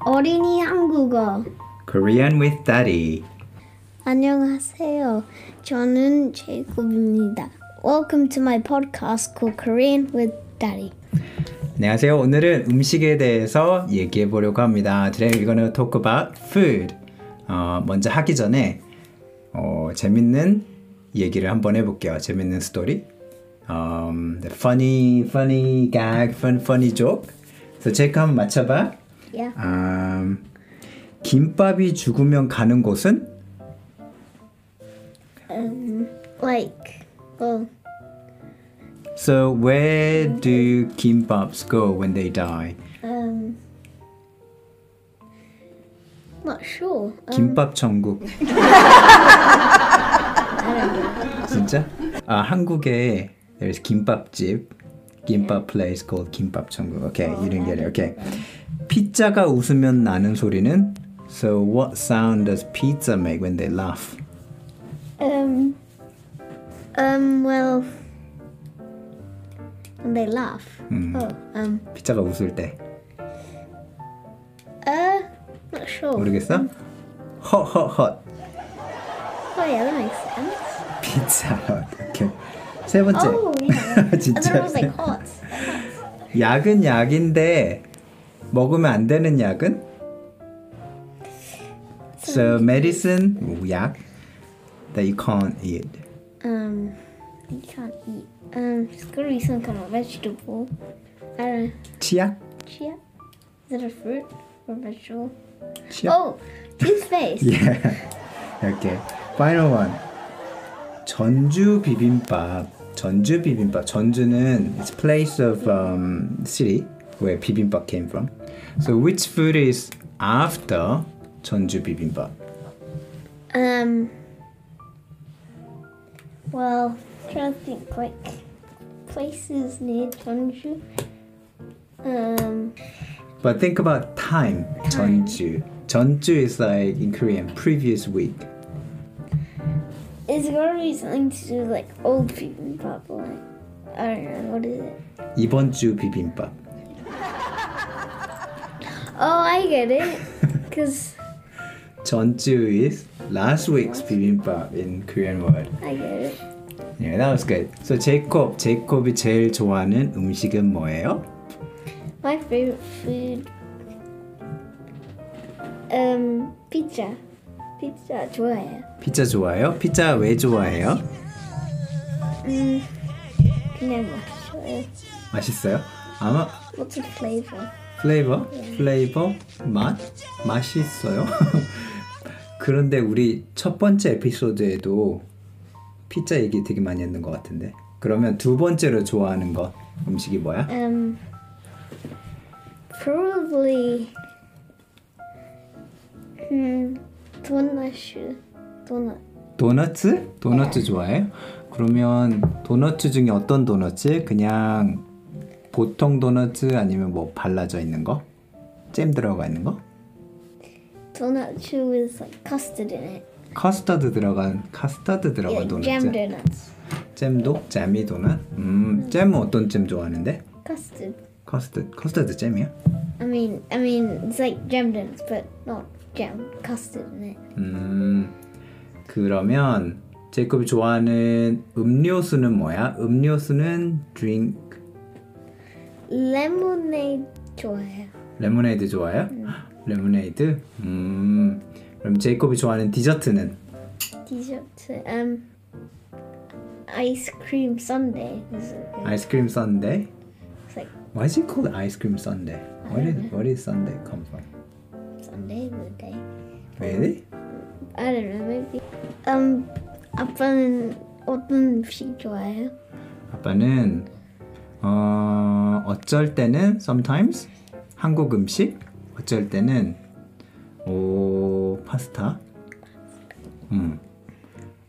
어린이 한국어. Korean with Daddy. 안녕하세요. 저는 제이콥입니다. Welcome to my podcast called Korean with Daddy. 안녕하세요. 오늘은 음식에 대해서 얘기해 보려고 합니다. Today we're gonna talk about food. 어, 먼저 하기 전에 어, 재밌는 얘기를 한번 해볼게요. 재밌는 스토리. Um, the funny, funny gag, fun, funny joke. 그래서 제이크 한번 맞춰봐. Yeah. Um, 김밥이 죽으면 가는 곳은 Like, well, So where do kimbaps go when they die? um, not sure. 김밥 천국. 진짜? 아 한국에 there's 김밥집, 네. 김밥 place called 김밥 천국. Okay, 어, you didn't get it. Okay. 피자가 웃으면 나는 소리는 So what sound does pizza make when they laugh? Um, um, well, and they laugh. Oh, um, 피자가 웃을 때 uh, not sure. 모르겠어? 허허헛 Oh, yeah, that makes sense. 피자. 오케이. 세 번째. Oh, yeah. And then 진짜. it was like hot. 약은 약인데 먹으면 안 되는 약은? So medicine 뭐, 약 that you can't eat. Um, you can't eat. Um, it's gotta be some kind of vegetable. I don't know. 치약? Chia? Is it a fruit or vegetable? 치약? Oh, toothpaste. Yeah. 이렇게. Final one. 전주 비빔밥. 전주 비빔밥. 전주는 it's place of um, city where 비빔밥 came from. So which food is after 전주 비빔밥? Um, well, trying to think like places near Jeonju. Um, But think about time. 전주. 전주 is like in Korean previous week. it's gotta be something to do with, like old people, probably. I don't know, what is it? 이번 주 비빔밥. Oh, I get it. Because 전주 is last week's bibimbap in Korean word. I get it. Yeah, that was good. So 제이콥, 제이콥이 제일 좋아하는 음식은 뭐예요? My favorite food. Um, pizza. Pizza 좋아해요. 피자 좋아해요? 피자 왜 좋아해요? 음, 그냥 맛있어요. 맛있어요? 아마 uh, What's the flavor? 플레이버, 플레이버, 맛, 맛있어요. 그런데 우리 첫 번째 에피소드에도 피자 얘기 되게 많이 했는 것 같은데. 그러면 두 번째로 좋아하는 거 음식이 뭐야? Um, probably. Hmm, donut shoe. Donut. 도너츠? 도너츠 좋아해요? 그러면 도너츠 중에 어떤 도너츠? 그냥 보통 도너츠 아니면 뭐 발라져 있는 거? 잼 들어가 있는 거? Donut shoe with like custard in it. 커스터드 들어간 카스터드 들어간 like 도넛 jam donuts. 잼도 잼이 도넛. 음, 잼은 어떤 잼 좋아하는데? Custard. 커스터드 커스터드 잼이야? I mean, I mean, it's like jam donuts, but not jam. Custard in it. 음. 그러면 제이콥이 좋아하는 음료수는 뭐야? 음료수는 drink Lemonade 좋아해요. 레모네이드 좋아해요? 레모네이드? 음. 그럼 제이콥이 좋아하는 디저트는? 디저트. Um, ice cream sundae. is good. 아이스크림 썬데이? It's like Why is it called ice cream sundae? Where did where did sundae come from? sundae with day. Really? I don't know, maybe. Um, 아빠는 어떤 음식 좋아해요? 아빠는 어, 어쩔 때는 sometimes 한국 음식, 어쩔 때는 오 파스타. 음.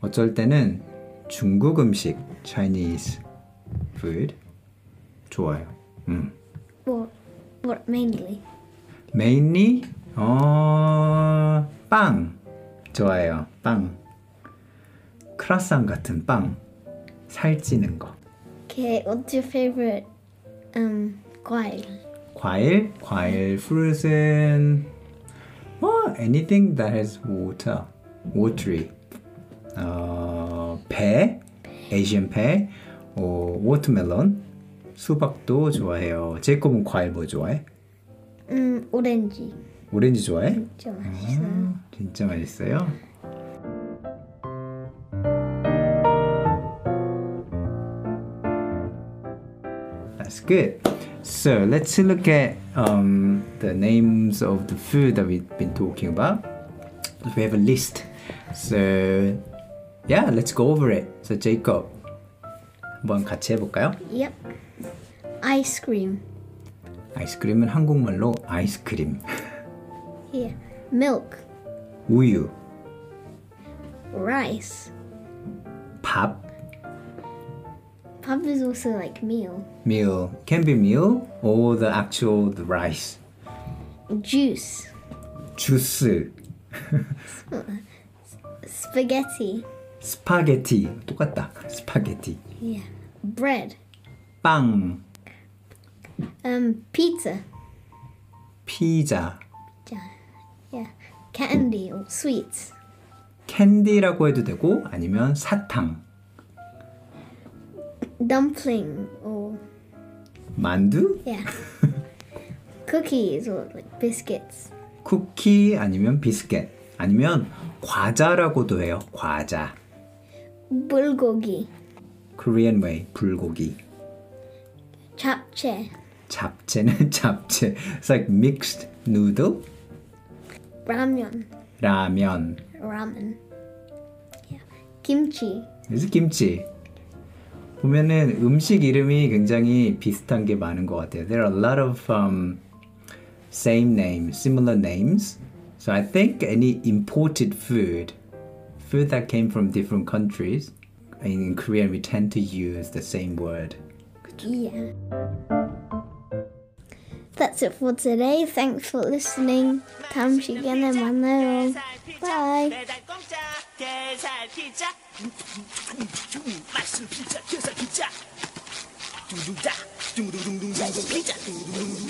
어쩔 때는 중국 음식 Chinese food 좋아요. 음. What, what mainly? 메인리 어, 빵 좋아해요. 빵. 크라상 같은 빵. 살찌는 거. Okay, what's your favorite um 과일? 과일, 과일, 프루트는 아, anything that has water, watery. 어, 배, Asian 배, 어, watermelon, 수박도 좋아해요. 제이콥은 과일 뭐 좋아해? 음, 오렌지. 오렌지 좋아해? 진짜 맛있어요. 진짜 맛있어요. That's good. So let's look at um, the names of the food that we've been talking about. We have a list. So yeah, let's go over it. So Jacob, 한번 같이 해볼까요? Yep. Ice cream. 아이스크림은 한국말로 아이스크림, Yeah. Milk. 우유, Rice. 밥, Pub is also like meal. meal can be meal or the actual the rice Juice. 주스 Spaghetti. 스파게티 똑같다 스파게티 Yeah. Bread. 빵 Um, pizza. 피자 Ja- Yeah. Candy or sweets. 캔디라고 해도 되고 아니면 사탕 Dumpling or 만두 yeah. Cookies or like biscuits. 쿠키 아니면 비스켓 아니면 과자라고도 해요 과자 Bulgogi. Korean way 불고기 Japchae. 잡채는 잡채 It's like mixed noodle Ramyeon. 라면 Ramen. Yeah. Kimchi. 그래서 김치 보면은 음식 이름이 굉장히 비슷한 게 많은 것 같아요. There are a lot of um, same names, similar names. So I think any imported food, food that came from different countries, in Korean we tend to use the same word. Yeah. That's it for today. Thanks for listening. 다음 시간에 만나요. Bye. 매달 공짜 게살 피자 음, 음, 음, 맛있는 피자 게살 피자 둥둥다 둥둥둥둥둥 피자 둥둥둥둥